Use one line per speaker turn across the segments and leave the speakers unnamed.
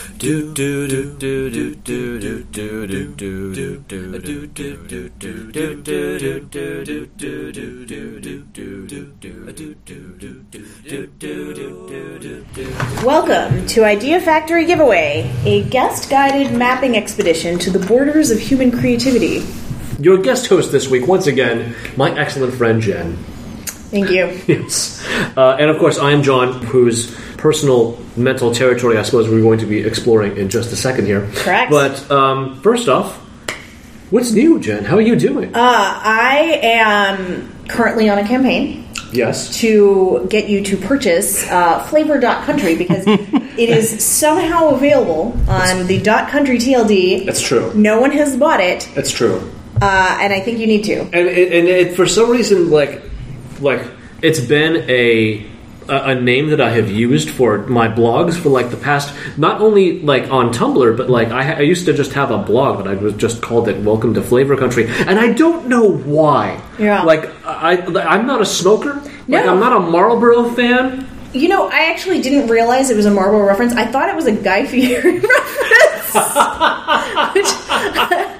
do do do do do do do do do do do do do do do do do do do do
Welcome to Idea Factory Giveaway, a guest guided mapping expedition to the borders of human creativity.
Your guest host this week, once again, my excellent friend Jen.
Thank you.
Yes. Uh, and of course, I am John, whose personal mental territory I suppose we're going to be exploring in just a second here.
Correct.
But um, first off, what's new, Jen? How are you doing?
Uh, I am currently on a campaign
yes.
to get you to purchase uh, flavor.country because it is somehow available on the dot .country TLD.
That's true.
No one has bought it,
That's true.
uh, and I think you need to.
and and, and it, for some reason, like like it's been a a a name that I have used for my blogs for like the past, not only like on Tumblr, but like I, ha- I used to just have a blog, but I was just called it "Welcome to Flavor Country," and I don't know why.
Yeah.
Like I, I- I'm not a smoker. Like
No.
I'm not a Marlboro fan.
You know, I actually didn't realize it was a Marvel reference. I thought it was a Guy Fieri reference. which, I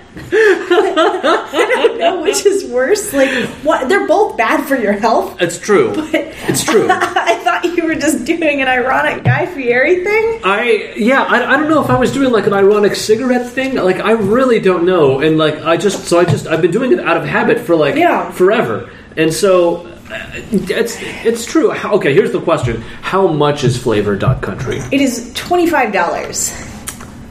don't know which is worse. Like, what? They're both bad for your health.
It's true. it's true.
I thought you were just doing an ironic Guy Fieri thing.
I yeah, I, I don't know if I was doing like an ironic cigarette thing. Like I really don't know, and like I just so I just I've been doing it out of habit for like
Yeah.
forever, and so uh, it's it's true. How, okay, here's the question: How much is flavor dot country?
It is twenty five dollars.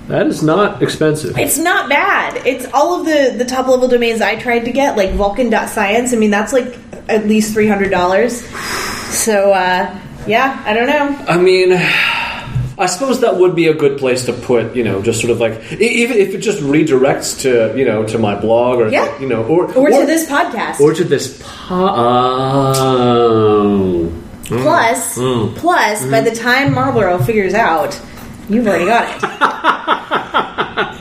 That is not expensive.
It's not bad. It's all of the the top level domains I tried to get, like Vulcan.science. I mean, that's like at least three hundred dollars. So, uh, yeah, I don't know.
I mean, I suppose that would be a good place to put, you know, just sort of like e- even if it just redirects to you know to my blog or
Yeah.
you know or
or, to this podcast.
or to this po- oh.
plus,
Mm.
plus, by the time Marlboro figures out, you've already got it.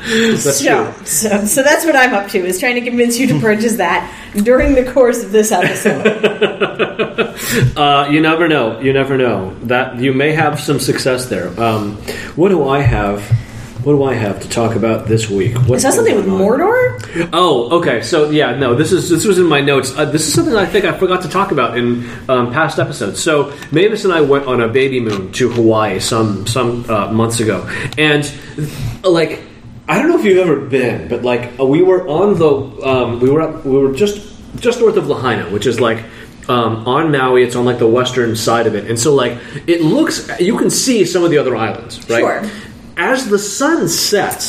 That's
so,
true.
so, so that's what I'm up to is trying to convince you to purchase that during the course of this episode.
Uh, you never know. You never know that you may have some success there. Um, what do I have? What do I have to talk about this week?
Is
What's
that something with
going on?
Mordor?
Oh, okay. So yeah, no. This is this was in my notes. Uh, this is something I think I forgot to talk about in um, past episodes. So Mavis and I went on a baby moon to Hawaii some some uh, months ago, and like I don't know if you've ever been, but like uh, we were on the um, we were up, we were just just north of Lahaina, which is like. Um, on Maui, it's on like the western side of it, and so like it looks, you can see some of the other islands, right?
Sure.
As the sun sets,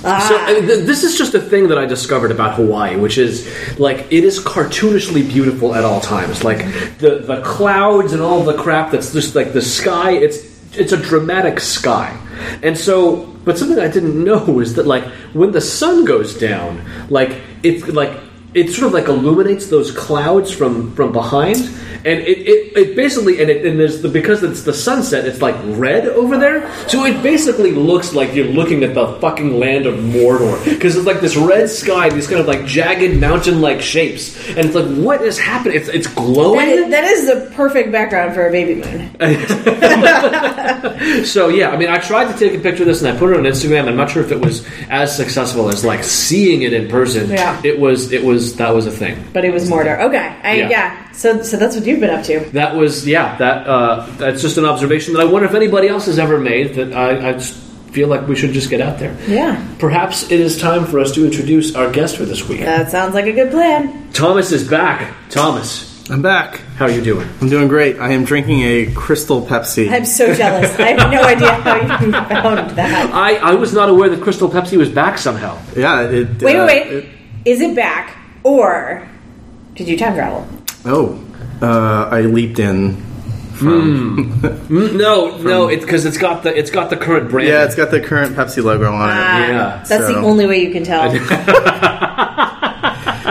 so I mean, th- this is just a thing that I discovered about Hawaii, which is like it is cartoonishly beautiful at all times. Like the the clouds and all the crap that's just like the sky. It's it's a dramatic sky, and so. But something I didn't know is that like when the sun goes down, like it's like it sort of like illuminates those clouds from from behind, and it it, it basically and it and there's the because it's the sunset, it's like red over there, so it basically looks like you're looking at the fucking land of Mordor because it's like this red sky, these kind of like jagged mountain like shapes, and it's like what is happening? It's it's
That
glowing.
is, that is the perfect background for a baby moon.
So yeah, I mean, I tried to take a picture of this and I put it on Instagram. I'm not sure if it was as successful as like seeing it in person.
Yeah.
it was. It was that was a thing.
But it was Mordor. Okay, I,
Yeah.
yeah. So, so that's what you've been up to.
That was yeah. That uh, that's just an observation that I wonder if anybody else has ever made. That I, I just feel like we should just get out there.
Yeah,
Perhaps it is time for us to introduce our guest for this week.
that sounds like a good plan.
Thomas is back. Thomas,
I'm back.
how are you doing?
I'm doing great. I am drinking a Crystal Pepsi.
I'm so jealous. I have no idea how you found that.
I, I was not aware that Crystal Pepsi was back somehow.
yeah. It,
Wait,
uh,
wait,
it-
wait. Is it back or did you time travel?
oh, uh, I leaped in.
No, no, it's because it's got the it's got the current brand.
Yeah, it's got the current Pepsi logo on it.
Ah,
Yeah,
that's the
so-
only way you can tell.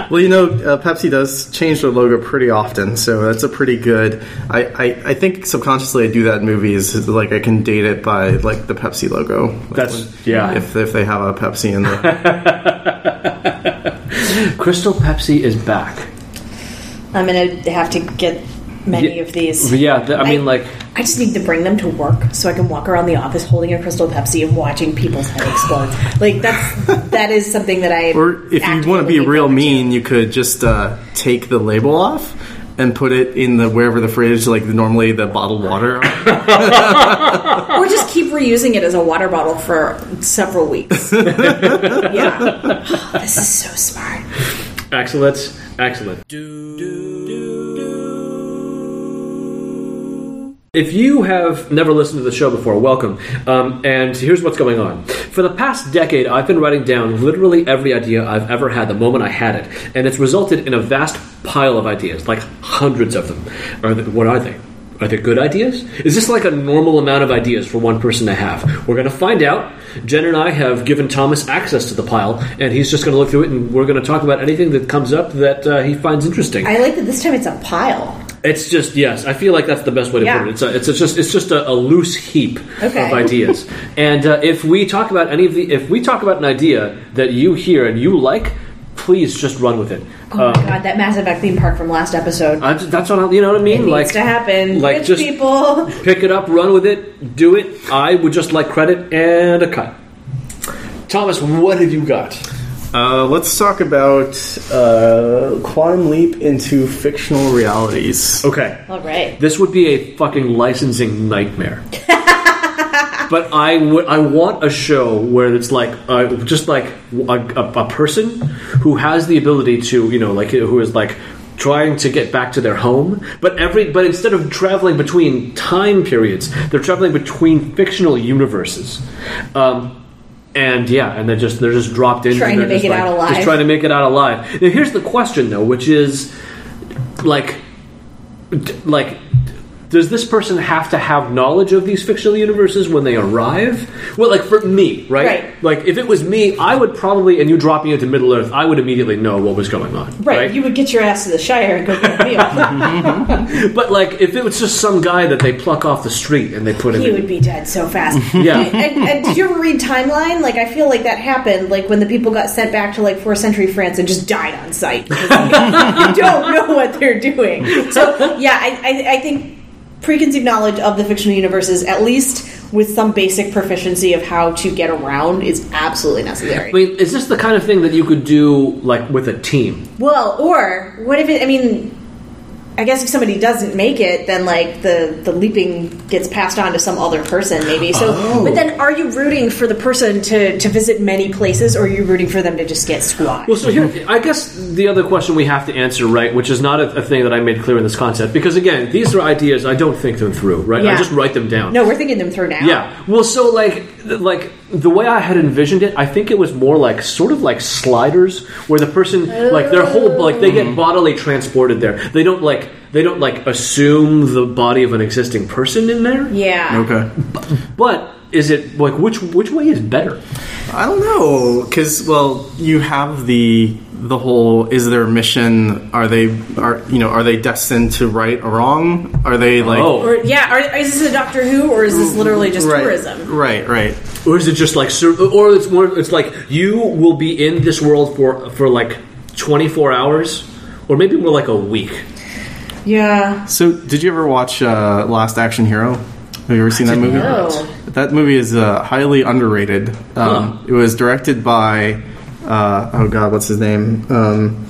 Well, you know, uh, Pepsi does change their logo pretty often, so that's a pretty good. I, I, I think subconsciously I do that in movies. is Like I can date it by like the Pepsi logo. Like,
That's yeah.
if if they have a Pepsi in the
Crystal Pepsi is back.
I'm gonna have to get many of these.
Yeah, th- I mean, like
I just need to bring them to work so I can walk around the office holding a crystal Pepsi and watching people's head explode. Like that's that is something that I.
Or if you want to
actively
be
look
real
forward to.
mean, you could just uh, take the label off and put it in the wherever the fridge, like normally the bottled water.
or just keep reusing it as a water bottle for several weeks. yeah, this is so smart.
Excellent. Excellent. If you have never listened to the show before, welcome. Um, and here's what's going on. For the past decade, I've been writing down literally every idea I've ever had the moment I had it, and it's resulted in a vast pile of ideas, like hundreds of them. Are they, what are they? Are they good ideas? Is this like a normal amount of ideas for one person to have? We're going to find out. Jen and I have given Thomas access to the pile, and he's just going to look through it, and we're going to talk about anything that comes up that uh, he finds interesting.
I like that this time it's a pile.
It's just yes. I feel like that's the best way to
Yeah.
put it. It's a, it's a just it's just a, a loose heap
Okay.
of ideas. and uh, if we talk about any of the if we talk about an idea that you hear and you like, please just run with it.
Oh my god, that massive Effect theme park from last episode.
I, that's what I, you know what I mean.
it
like
needs to happen.
like
Rich
just-
people.
pick it up, run with it, do it. I would just like credit and a cut. Thomas, what have you got?
Uh, let's talk about uh, quantum leap into fictional realities.
Okay,
All right.
this would be a fucking licensing nightmare. but I would I want a show where it's like uh, just like a, a, a person who has the ability to you know like who is like trying to get back to their home but every but instead of traveling between time periods they're traveling between fictional universes um, and yeah and they're just they're just dropped in
Trying
and
to
they're
make
just,
it
like,
out alive.
just trying to make it out alive now here's the question though which is like d- like does this person have to have knowledge of these fictional universes when they arrive well like for me right,
Right.
like if it was me i would probably and you drop me into middle earth i would immediately know what was going on
Right,
right,
you would get your ass to the Shire and go get a meal.
but like if it was just some guy that they pluck off the street and they put him
he
in
would be dead so fast.
Yeah.
And, and, and did you ever read Timeline? Like, I feel like that happened. Like when the people got sent back to like fourth century France and just died on sight. Because they don't know what they're doing. So yeah, I, I, I think preconceived knowledge of the fictional universes, at least with some basic proficiency of how to get around, is absolutely necessary.
I mean, is this the kind of thing that you could do like with a team?
Well, or what if it? I mean, I guess if somebody doesn't make it, then like the the leaping gets passed on to some other person, maybe. So, but then are you rooting for the person to to visit many places, or are you rooting for them to just get squat?
Well, so here, Mhm. I guess the other question we have to answer, right, which is not a, a thing that I made clear in this concept, because again, these are ideas I don't think them through, right?
Yeah.
I just write them down.
no, we're thinking them through now.
Yeah. Well, so like, th- like the way I had envisioned it, I think it was more like sort of like sliders, where the person, like their whole, like they get bodily transported there. They don't like, they don't like assume the body of an existing person in there.
yeah.
Okay.
But is it like which which way is better?
I don't know, because well, you have the the whole is their mission? Are they are you know are they destined to right or wrong? Are they like
Oh.
Or yeah, are, is this a Doctor Who, or is this literally just
right,
tourism?
Right, right.
or is it just like sur- or it's more it's like you will be in this world for for like 24 hours or maybe more like a week
Yeah.
So, did you ever watch uh, Last Action Hero? Have you ever seen that movie?
not.
That movie is uh, highly underrated. Um, It was directed by uh, oh god, what's his name? Um,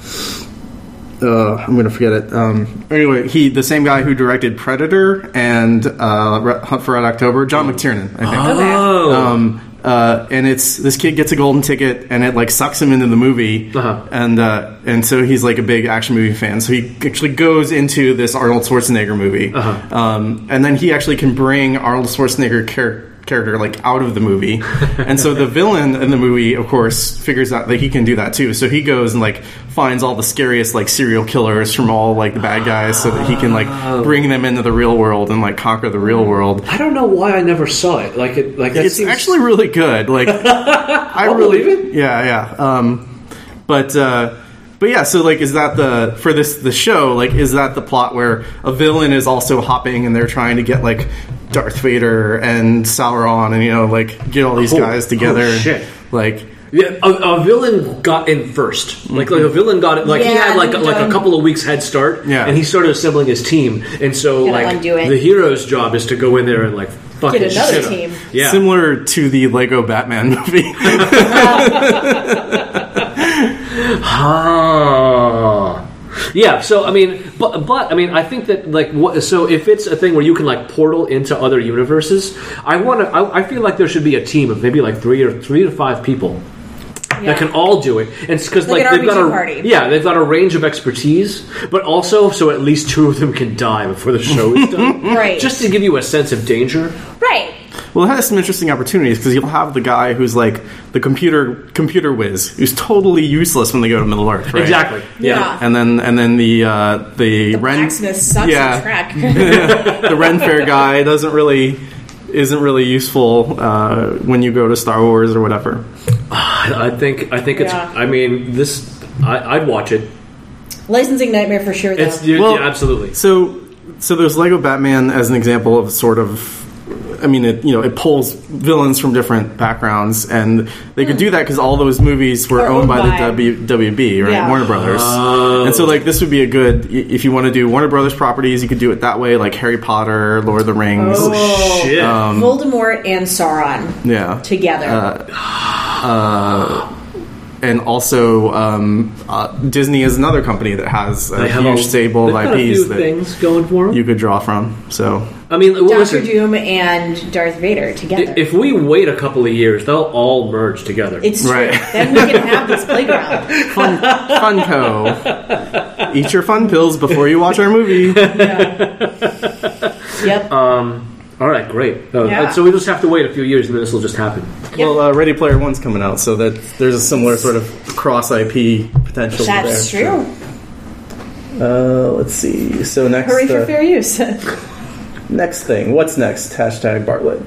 uh, I'm gonna forget it. Um, anyway, he the same guy who directed Predator and uh, Re- Hunt for Red October, John
Hmm.
McTiernan, I think.
oh
Um, uh, and it's this kid gets a golden ticket, and it like sucks him into the movie,
Uh-huh.
and uh, and so he's like a big action movie fan. So he actually goes into this Arnold Schwarzenegger movie,
Uh-huh.
um, and then he actually can bring Arnold Schwarzenegger char- character like out of the movie, and so the villain in the movie, of course, figures out that he can do that too. So he goes and like finds all the scariest like serial killers from all like the bad guys, so that he can
Oh.
like bring them into the real world and like conquer the real world
i don't know why i never saw it like it like that
it's
seems-
actually really good. Like, I really,
believe it.
yeah, yeah. Um, but uh, but yeah. So like, is that the for this the show? Like, is that the plot where a villain is also hopping and they're trying to get like Darth Vader and Sauron and you know like get all these
Oh,
guys together?
oh, shit.
Like,
Yeah, a, a villain got in first. Like, like a villain got it. Like he
Mm-hmm. Yeah,
had like
and
like
done.
a couple of weeks head start.
Yeah.
and he started assembling his team, and so
Gotta
like
undo it.
the hero's job is to go in there and like fucking
another
shit up.
team.
Yeah,
Similar to the Lego Batman movie.
Ah. Yeah, so I mean, but but I mean, I think that like what so if it's a thing where you can like portal into other universes, I want to. I, I feel like there should be a team of maybe like three or three to five people
Yeah.
that can all do it. And it's because
Like
like,
an
they've got
RPG
a
party.
yeah, they've got a range of expertise, but also so at least two of them can die before the show is done,
Right.
Just to give you a sense of danger.
Right.
Well, it has some interesting opportunities because you'll have the guy who's like the computer computer whiz, who's totally useless when they go to Middle Earth, right?
Exactly.
Yeah.
And then and then the uh, the, Ren
Blacksmith sucks
yeah,
at track.
the Ren Fair guy doesn't really isn't really useful uh, when you go to Star Wars or whatever.
I I think I think it's.
Yeah.
I mean, this. I, I'd watch it.
Licensing nightmare for sure. Though.
It's yeah,
Well-
yeah, absolutely.
So so there's Lego Batman as an example of sort of I mean it you know it pulls villains from different backgrounds and they could do that because all those movies were
Are
owned
Hmm. owned
by,
by-
the w, WB right
Yeah.
Warner Brothers
Oh.
and so like this would be a good i- if you want to do Warner Brothers properties you could do it that way like Harry Potter Lord of the Rings
Oh.
Shit.
Voldemort and Sauron
yeah
together.
and also um, uh, Disney is another company that has a
They have
huge
a-
stable
they've
of
got a
IPs
few
that
things going for them.
you could draw from. So
I mean, well,
Doctor
listen,
Doom and Darth Vader together.
if we wait a couple of years, they'll all merge together.
it's true.
Right.
Then we can have this playground.
fun, Funko, eat your fun pills before you watch our movie.
Yep.
Um, all right, great. No,
Yeah.
So we just have to wait a few years, and then this will just happen.
Well, uh, Ready Player One's coming out, so that there's a similar sort of cross IP potential.
That's
there.
true.
Uh, let's see. So next,
Hurry for
uh,
fair use.
next thing. What's next? Hashtag Bartlett.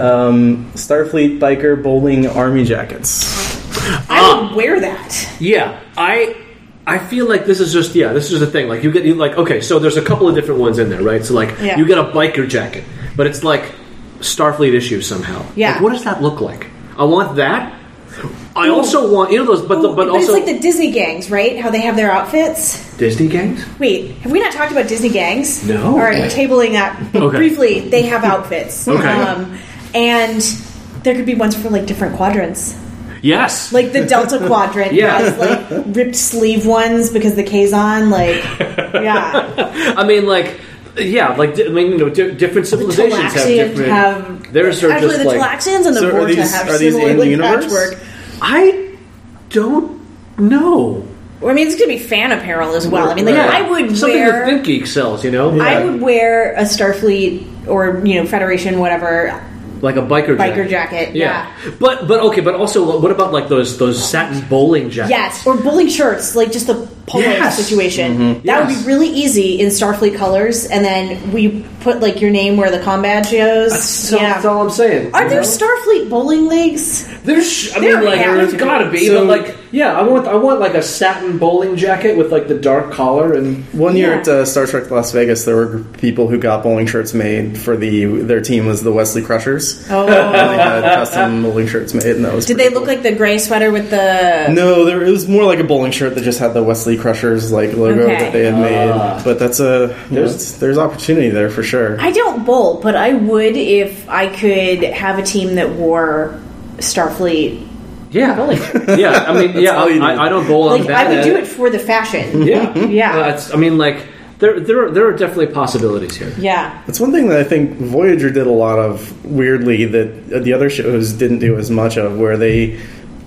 Um, Starfleet biker bowling army jackets.
Ah.
I would wear that.
Yeah, I I feel like this is just yeah, this is the thing. Like you get you like okay, so there's a couple of different ones in there, right? So like
Yeah.
you get a biker jacket, but it's like Starfleet issue somehow.
Yeah.
Like, what does that look like? I want that. I also want you know those, but the, but,
But it's
also
like the Disney gangs, right? How they have their outfits.
Disney gangs.
Wait, have we not talked about Disney gangs?
No.
All right, we're tabling that
Okay.
briefly. They have outfits. Um,
Okay.
and there could be ones for like different quadrants.
Yes.
Like the Delta Quadrant
Yeah.
has like ripped sleeve ones because the K's on. Like, yeah.
I mean, like, yeah, like di- I mean, you know, di- different civilizations have
Talaxians
different.
have.
theirs are
actually
just
the
like
Talaxians and the
So are
Vorta
these-
have
are these
similar
in the
like,
universe?
patchwork.
I don't know.
Or, I mean, it's gonna be fan apparel as well. I mean, like
Yeah.
I would
something
wear.
that Think Geek sells, you know,
I would wear a Starfleet or you know Federation whatever
like a biker
biker
jacket.
jacket.
Yeah.
Yeah.
but but okay, but also, what about like those those satin bowling jackets?
Yes, or bowling shirts, like just the polo
Yes. Mm-hmm.
situation. That would
Yes.
be really easy in Starfleet colors, and then we put like your name where the combat goes.
So
yeah.
that's all I'm saying.
Are
you
there
know?
Starfleet bowling leagues?
There's, I
There
mean, like,
have
there's
to be.
gotta be,
So-
but like, yeah, I want, I want like a satin bowling jacket with like the dark collar and
One year
Yeah.
at uh, Star Trek Las Vegas, there were people who got bowling shirts made for the their team was the Wesley Crushers.
Oh,
They had custom bowling shirts made, and that was
did they
pretty
look
cool.
like the gray sweater with the?
No, there it was more like a bowling shirt that just had the Wesley Crushers like logo
Okay.
that they had made. But that's a you know,
There's-
it's- there's opportunity there for sure.
I don't bowl, but I would if I could have a team that wore Starfleet.
yeah,
Bowling.
yeah. I mean, yeah,
all you need.
I, I don't bowl.
Like
I'm
I
bad
would
at
do it for the fashion.
Yeah,
Yeah.
Uh, it's, I mean, like there, there, are, there are definitely possibilities here.
Yeah.
That's one thing that I think Voyager did a lot of weirdly that the other shows didn't do as much of, where they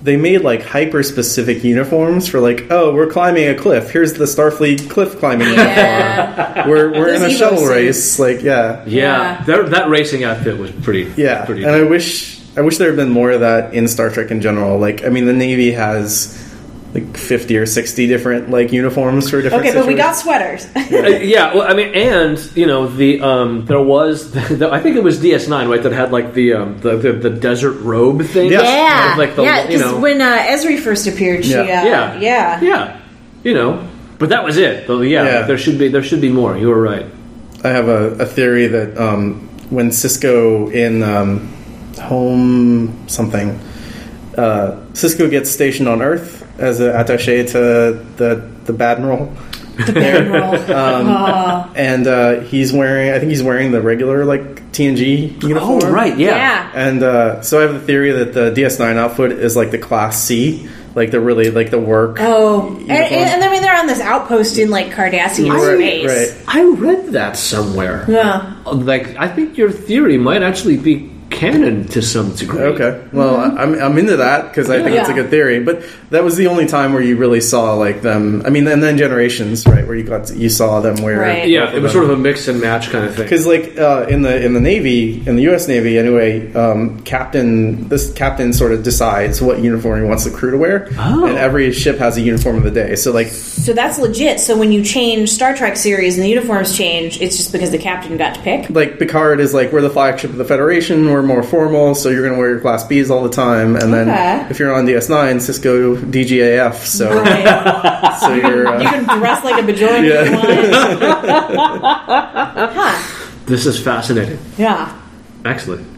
they made like hyper specific uniforms for like, oh, we're climbing a cliff. Here's the Starfleet cliff climbing uniform. We're we're in a
Those Evo
shuttle
suits.
race. Like, yeah, yeah.
Yeah,
Yeah.
That, that racing outfit was pretty. pretty.
And I wish I wish there had been more of that in Star Trek in general. Like, I mean, the Navy has like fifty or sixty different like uniforms for different.
Okay, but we got
situations.
sweaters.
Uh, yeah, well, I mean, and you know, the um, there was, the, I think it was DS9, right? That had like the um, the, the, the desert robe thing.
Yeah.
Yeah,
With, like the
yeah.
you
Because
know,
when uh, Esri first appeared, she,
Yeah.
yeah.
yeah,
Uh, yeah,
yeah, you know. But that was it. Though, yeah,
Yeah.
like, there should be there should be more. You were right.
I have a, a theory that um, when Cisco in um, Home something uh, Cisco gets stationed on Earth as an attaché to the the Badmiral,
The bedroll.
Uh,
Ah.
and uh, he's wearing I think he's wearing the regular like TNG
Oh
uniform.
right, yeah.
And uh, so I have the theory that the DS9 outfit is like the class C, like the really like the work.
Oh, and,
Uniform.
and, and I mean they're on this outpost in like Cardassian
Right,
space.
right.
I read that somewhere.
Yeah.
Like I think your theory might actually be canon to some degree.
Okay. Well, I I'm, I'm into that because I think it's a
Mm-hmm. Yeah.
good theory. But that was the only time where you really saw like them. I mean, and then Generations, right, where you got to, you saw them wear.
Right.
Yeah, it was sort of a mix and match kind of thing.
Because like uh, in the in the Navy in the U.S. Navy anyway, um, captain this captain sort of decides what uniform he wants the crew to wear,
Oh.
and every ship has a uniform of the day. So like
So that's legit. So when you change Star Trek series and the uniforms change, it's just because the captain got to pick.
like Picard is like we're the flagship of the Federation, we're more formal, so you're going to wear your class Bs all the time, and then
Okay.
if you're on DS9, Cisco DGAF, so
Right.
so you're
you
uh,
can dress like a Bajoran if you want. huh.
this is fascinating.
Yeah.
Excellent.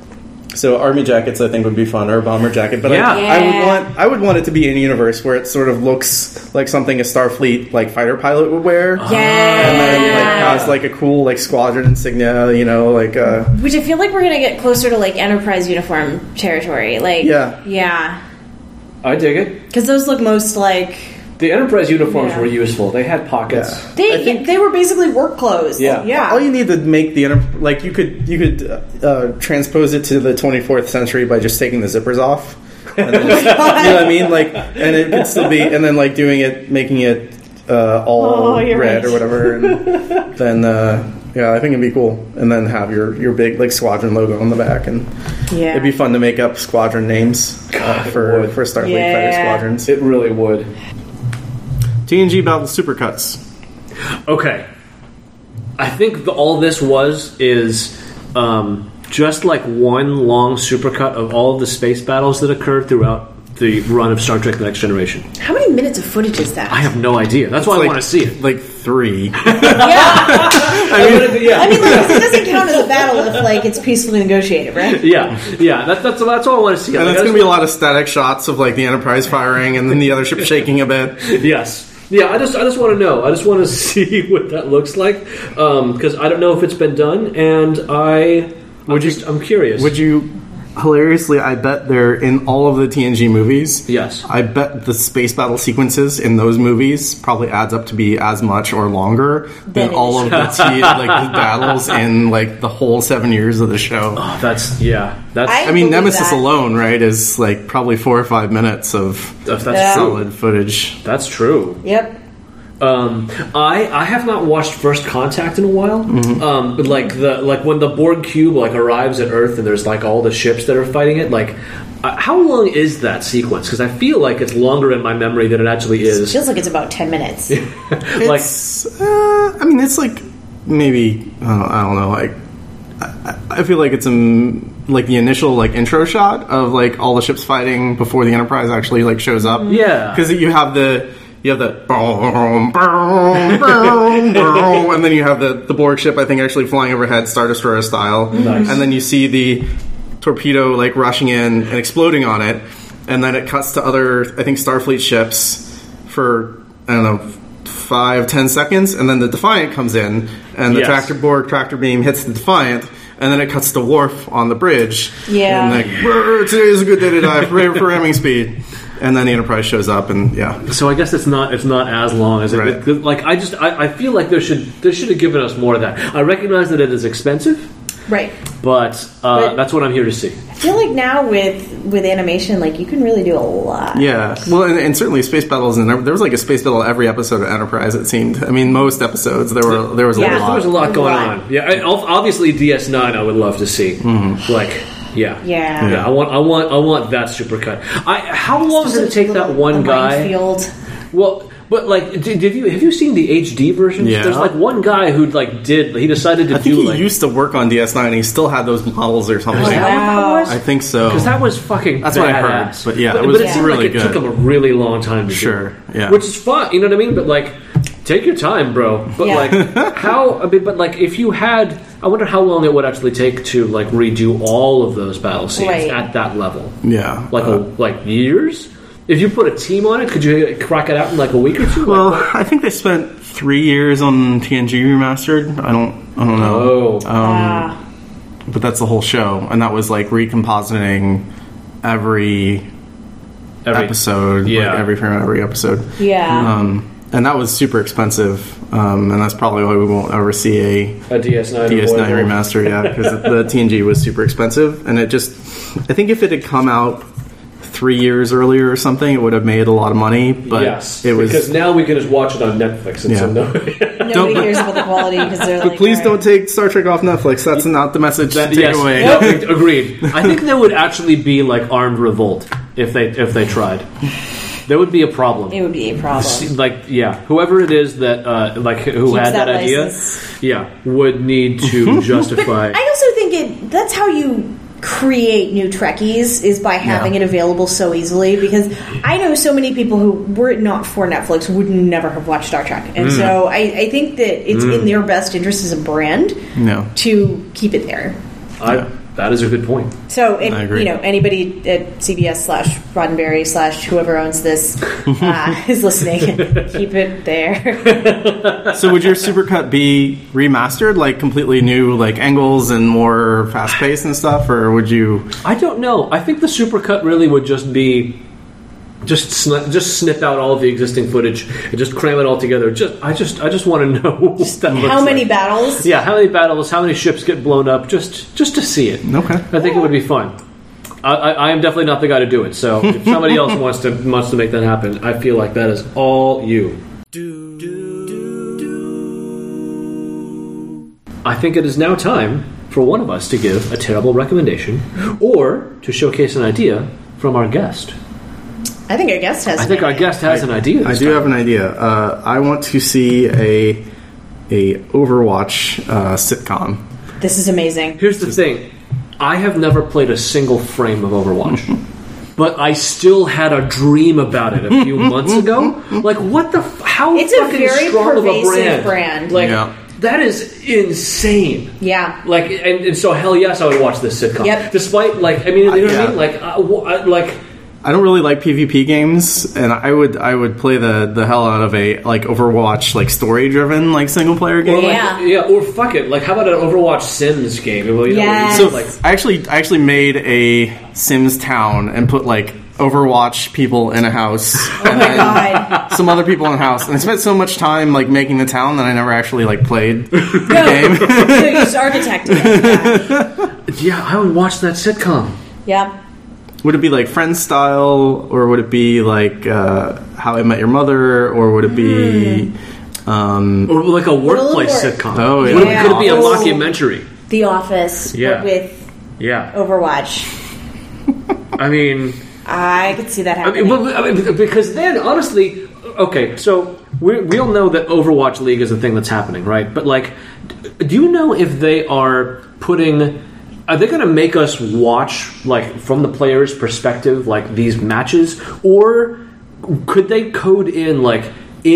so army jackets I think would be fun or a bomber jacket, but
Yeah.
I, I would
Yeah.
want I would want it to be in a universe where it sort of looks like something a Starfleet like fighter pilot would wear.
Yeah.
And then like has like a cool like squadron insignia, you know, like uh
Which I feel like we're gonna get closer to like Enterprise uniform territory. Like
Yeah.
yeah,
I dig it.
because those look most like
The Enterprise uniforms
Yeah.
were useful. They had pockets.
Yeah.
they they were basically work clothes.
Yeah.
yeah.
all you need to make the inter- like you could you could uh, uh, transpose it to the 24th century by just taking the zippers off. And then, you know what I mean? Like, and it could still be, and then like doing it, making it uh, all
Oh,
red
you're
or
right.
whatever, and then uh, yeah, I think it'd be cool. And then have your your big like squadron logo on the back, and
Yeah.
it'd be fun to make up squadron names uh, for
would.
for Starfleet fighter
Yeah.
squadrons.
It really would.
TNG Battle Supercuts.
Okay. I think the, all this was is um, just like one long supercut of all the space battles that occurred throughout the run of Star Trek: The Next Generation.
How many minutes of footage is that?
I have no idea. That's why Oh, I want to see it.
Like three.
yeah,
yeah.
I mean, like, 'cause it doesn't count as a battle if like it's peacefully negotiated, right?
Yeah, yeah. That, that's that's all I want to see.
And
Like,
it's
I
gonna be a lot of static shots of like the Enterprise firing and then the other ship shaking a bit.
just- yes, yeah. I just I just want to know. I just want to see what that looks like because I don't know if it's been done, and I would just I'm curious.
Would you? Hilariously, I bet they're in all of the TNG movies.
Yes.
I bet the space battle sequences in those movies probably adds up to be as much or longer than
Than
all of the t- like the battles in like the whole seven years of the show.
Oh, that's yeah. That's
I mean,
believe
Nemesis
that.
alone, right, is like probably four or five minutes of
that's
Yeah.
true.
solid footage.
That's true.
Yep.
Um, I I have not watched First Contact in a while.
Mm-hmm.
Um, but like the like when the Borg cube like arrives at Earth and there's like all the ships that are fighting it. Like, uh, how long is that sequence? Because I feel like it's longer in my memory than it actually is.
Feels like it's about ten minutes.
like,
It's, uh, I mean, it's like maybe I don't, I don't know. Like, I, I feel like it's um like the initial like intro shot of like all the ships fighting before the Enterprise actually like shows up.
Yeah.
because you have the. You have the boom, boom, boom, boom, and then you have the, the Borg ship, I think, actually flying overhead, Star Destroyer style. And then you see the torpedo like rushing in and exploding on it. And then it cuts to other, I think, Starfleet ships for, I don't know, five, ten seconds. And then the Defiant comes in, and the
Yes.
tractor Borg tractor beam hits the Defiant. And then it cuts to Worf on the bridge.
Yeah.
And like, "Brr, today is a good day to die for, for ramming speed. And then the Enterprise shows up, and yeah.
so I guess it's not it's not as long as it.
Right.
Like I just I, I feel like there should there should have given us more of that. I recognize that it is expensive,
Right.
but, uh,
But-
that's what I'm here to see.
I feel like now with with animation, like you can really do a lot.
Yeah, well, and, and certainly space battles, and there was like a space battle every episode of Enterprise. It seemed. I mean, most episodes there were there was
Yeah.
a
There was a
lot.
lot
A
going
lot.
on. Yeah, I, ob- obviously DS9 I would love to see.
Mm-hmm.
Like, yeah.
Yeah.
I want I want I want that supercut. I how long did it take that
The
one guy?
minefield.
Well, but like did, did you have you seen the HD versions?
Yeah.
There's like one guy who like did he decided to
I think
do
he
like
used to work on DS9, and he still had those models or something.
Is that what that
Wow.
was?
I think so.
Oh, Because that was fucking.
Oh. That's what I heard,
badass.
but yeah, it was
seemed
really
like it
good.
took him a really long time to do.
Sure, yeah.
which is fun. You know what I mean? But like, take your time, bro. But
Yeah.
like, how? I mean, but like, if you had, I wonder how long it would actually take to like redo all of those battle scenes
Right.
at that level.
Yeah. Uh.
Like, a, like years. If you put a team on it, could you crack it out in like a week or two? Like,
Well, I think they spent three years on TNG remastered. I don't, I don't know, Um,
oh,
Ah.
but that's the whole show, and that was like recompositing every
every-
uh, episode,
yeah.
like every from every episode.
yeah.
Um, and that was super expensive, um, and that's probably why we won't ever see a
a DS9
DS9
avoidable.
remaster, yeah, because the TNG was super expensive, and it just, I think if it had come out three years earlier or something, it would have made a lot of money. But
yes,
it was.
because now we can just watch it on Netflix and
Yeah.
so no.
Nobody
don't-
cares about the quality because they're like.
but please
"All
don't
right."
take Star Trek off Netflix. That's not the message to take
yes,
away.
no, agreed- agreed. I think there would actually be like armed revolt if they if they tried. There would be a problem.
It would be a
See,
problem.
like yeah whoever it is that uh, like who
Keeps
had that,
that
idea
license.
yeah would need to justify
I also think it. That's how you create new Trekkies is by having
Yeah.
it available so easily because I know so many people who were it not for Netflix would never have watched Star Trek and
Mm.
so I, I think that it's in their best interest as a brand
No.
to keep it there
I, that is a good point
So, if,
I agree.
you know, anybody at CBS slash Roddenberry slash whoever owns this uh, is listening, keep it there.
So would your supercut be remastered, like completely new, like angles and more fast paced and stuff, or would you?
I don't know I think the supercut really would just be just sn- just snip out all of the existing footage and just cram it all together just I just I just want to know what that looks
How many
like.
battles?
yeah how many battles how many ships get blown up just just to see it
Okay.
I think it would be fun. I, I, I am definitely not the guy to do it. So if somebody else wants to wants to make that happen, I feel like that is all you. I think it is now time for one of us to give a terrible recommendation or to showcase an idea from our guest.
I think our guest has.
I think our guest has an idea.
I
this
do
time.
have an idea. Uh, I want to see a a Overwatch uh, sitcom.
This is amazing.
Here's the thing I have never played a single frame of Overwatch. But I still had a dream about it a few months ago. Like, what the? F- how
It's a
fucking
very
strong of a
pervasive
brand?
brand.
Like,
Yeah.
that is insane.
Yeah.
Like, and, and so hell yes, I would watch this sitcom.
Yep.
Despite like, I mean, you know what I
Yeah.
mean? Like, I, w- I- like
I don't really like PvP games, and I would I would play the, the hell out of a like Overwatch like story driven like single player
or
game.
like,
Yeah.
yeah, or fuck it. Like, how about an Overwatch Sims game? Well, you know,
Yes.
So
like,
I actually I actually made a Sims town and put like Overwatch people in a house and then
God.
some other people in a house, and I spent so much time like making the town that I never actually like played the game.
No, you just architected it.
yeah, I would watch that sitcom.
Yeah. yeah.
Would it be like Friends style, or would it be like uh, How I Met Your Mother, or would it be?
Hmm.
Um,
Or like a workplace
work.
sitcom.
Oh, yeah.
Would it- Could it be a
Yeah.
mockumentary?
The Office
Yeah.
but with
Yeah.
Overwatch.
I mean,
I could see that
I
happening.
mean, well, I mean, because then honestly, okay, so we we'll know that Overwatch League is a thing that's happening, right? But like, d- do you know if they are putting? Are they going to make us watch like from the player's perspective, like these matches, or could they code in like?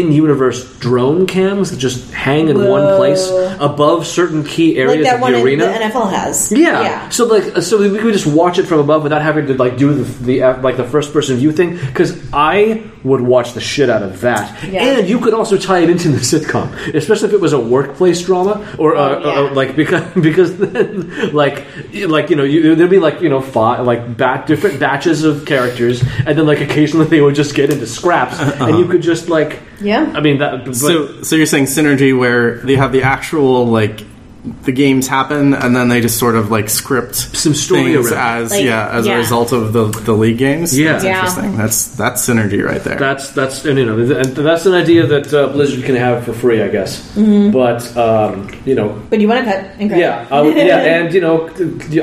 In-universe drone cams that just hang in one
Whoa.
place above certain key
like
areas
that
of
one
the
in-
arena.
the NFL has.
Yeah. So like, so we could just watch it from above without having to like do the, the uh, like the first person view thing. Because I would watch the shit out of that.
Yeah.
And you could also tie it into the sitcom, especially if it was a workplace drama or uh,
Oh, yeah.
uh, like because because then like y- like you know you, there'd be like you know five like bat different batches of characters, and then like occasionally they would just get into scraps, and you could just like
Yeah.
I mean that but,
so so you're saying synergy where they have the actual like the games happen and then they just sort of like script
Some story
things
around
as
Like,
yeah as a
yeah.
result of the the league games.
Yeah.
that's
Yeah.
interesting. That's that's synergy right there.
That's that's and, you know th- and that's an idea that uh, Blizzard can have for free, I guess. But um, you know,
But you want to cut and credit.
yeah, I would, yeah, and you know,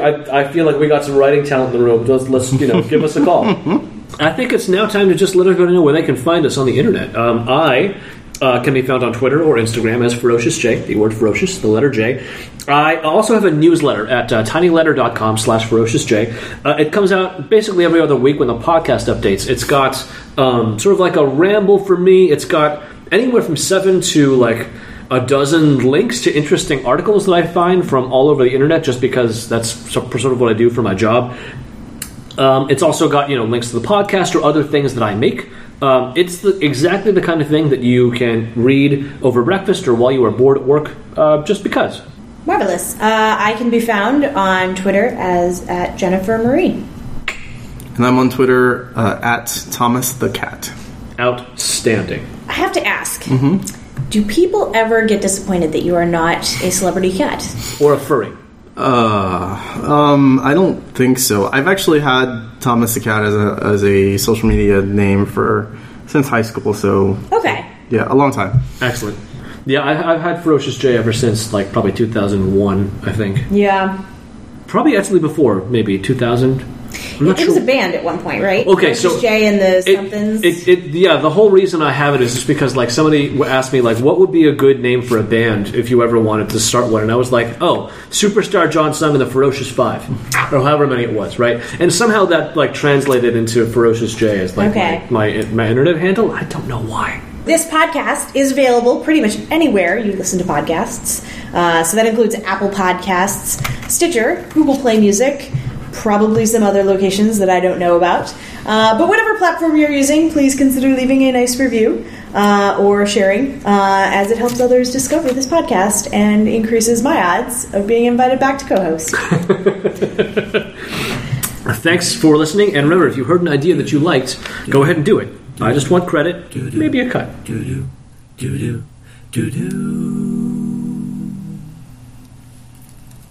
I, I feel like we got some writing talent in the room. Let's, let's you know, give us a call. I think it's now time to just let everybody know where they can find us on the internet. Um, I uh, can be found on Twitter or Instagram as Ferocious J, the word ferocious, the letter J. I also have a newsletter at uh, tinyletter.com slash ferocious J. Uh, it comes out basically every other week when the podcast updates. It's got um, sort of like a ramble for me. It's got anywhere from seven to like a dozen links to interesting articles that I find from all over the internet, just because that's so- sort of what I do for my job. Um, it's also got you know links to the podcast or other things that I make. Um, it's the, exactly the kind of thing that you can read over breakfast or while you are bored at work, uh, just because.
Marvelous. Uh, I can be found on Twitter as at Jennifer Marie.
And I'm on Twitter uh, at Thomas the Cat.
Outstanding.
I have to ask.
Mm-hmm.
Do people ever get disappointed that you are not a celebrity cat?
Or a furry.
Uh, um, I don't think so. I've actually had Thomas the Cat as a as a social media name for since high school. So
Okay.
yeah, a long time.
Excellent. Yeah, I, I've had Ferocious J ever since like probably 2001, I think.
Yeah.
Probably actually before, maybe 2000. I'm
It
not sure.
was a band at one point, right?
Okay,
Mrs.
so
Jay and the
It-
somethings.
It, it, yeah, the whole reason I have it is just because like somebody w- asked me like, what would be a good name for a band if you ever wanted to start one, and I was like, oh, Superstar John Simon, the Ferocious Five, or however many it was, right? And somehow that like translated into Ferocious J as like
Okay.
my, my my internet handle. I don't know why.
This podcast is available pretty much anywhere you listen to podcasts. Uh, so that includes Apple Podcasts, Stitcher, Google Play Music, probably some other locations that I don't know about. Uh, but whatever platform you're using, please consider leaving a nice review uh, or sharing, uh, as it helps others discover this podcast and increases my odds of being invited back to co host.
Thanks for listening, and remember, if you heard an idea that you liked, go ahead and do it. I just want credit, maybe a cut.
do do do do do do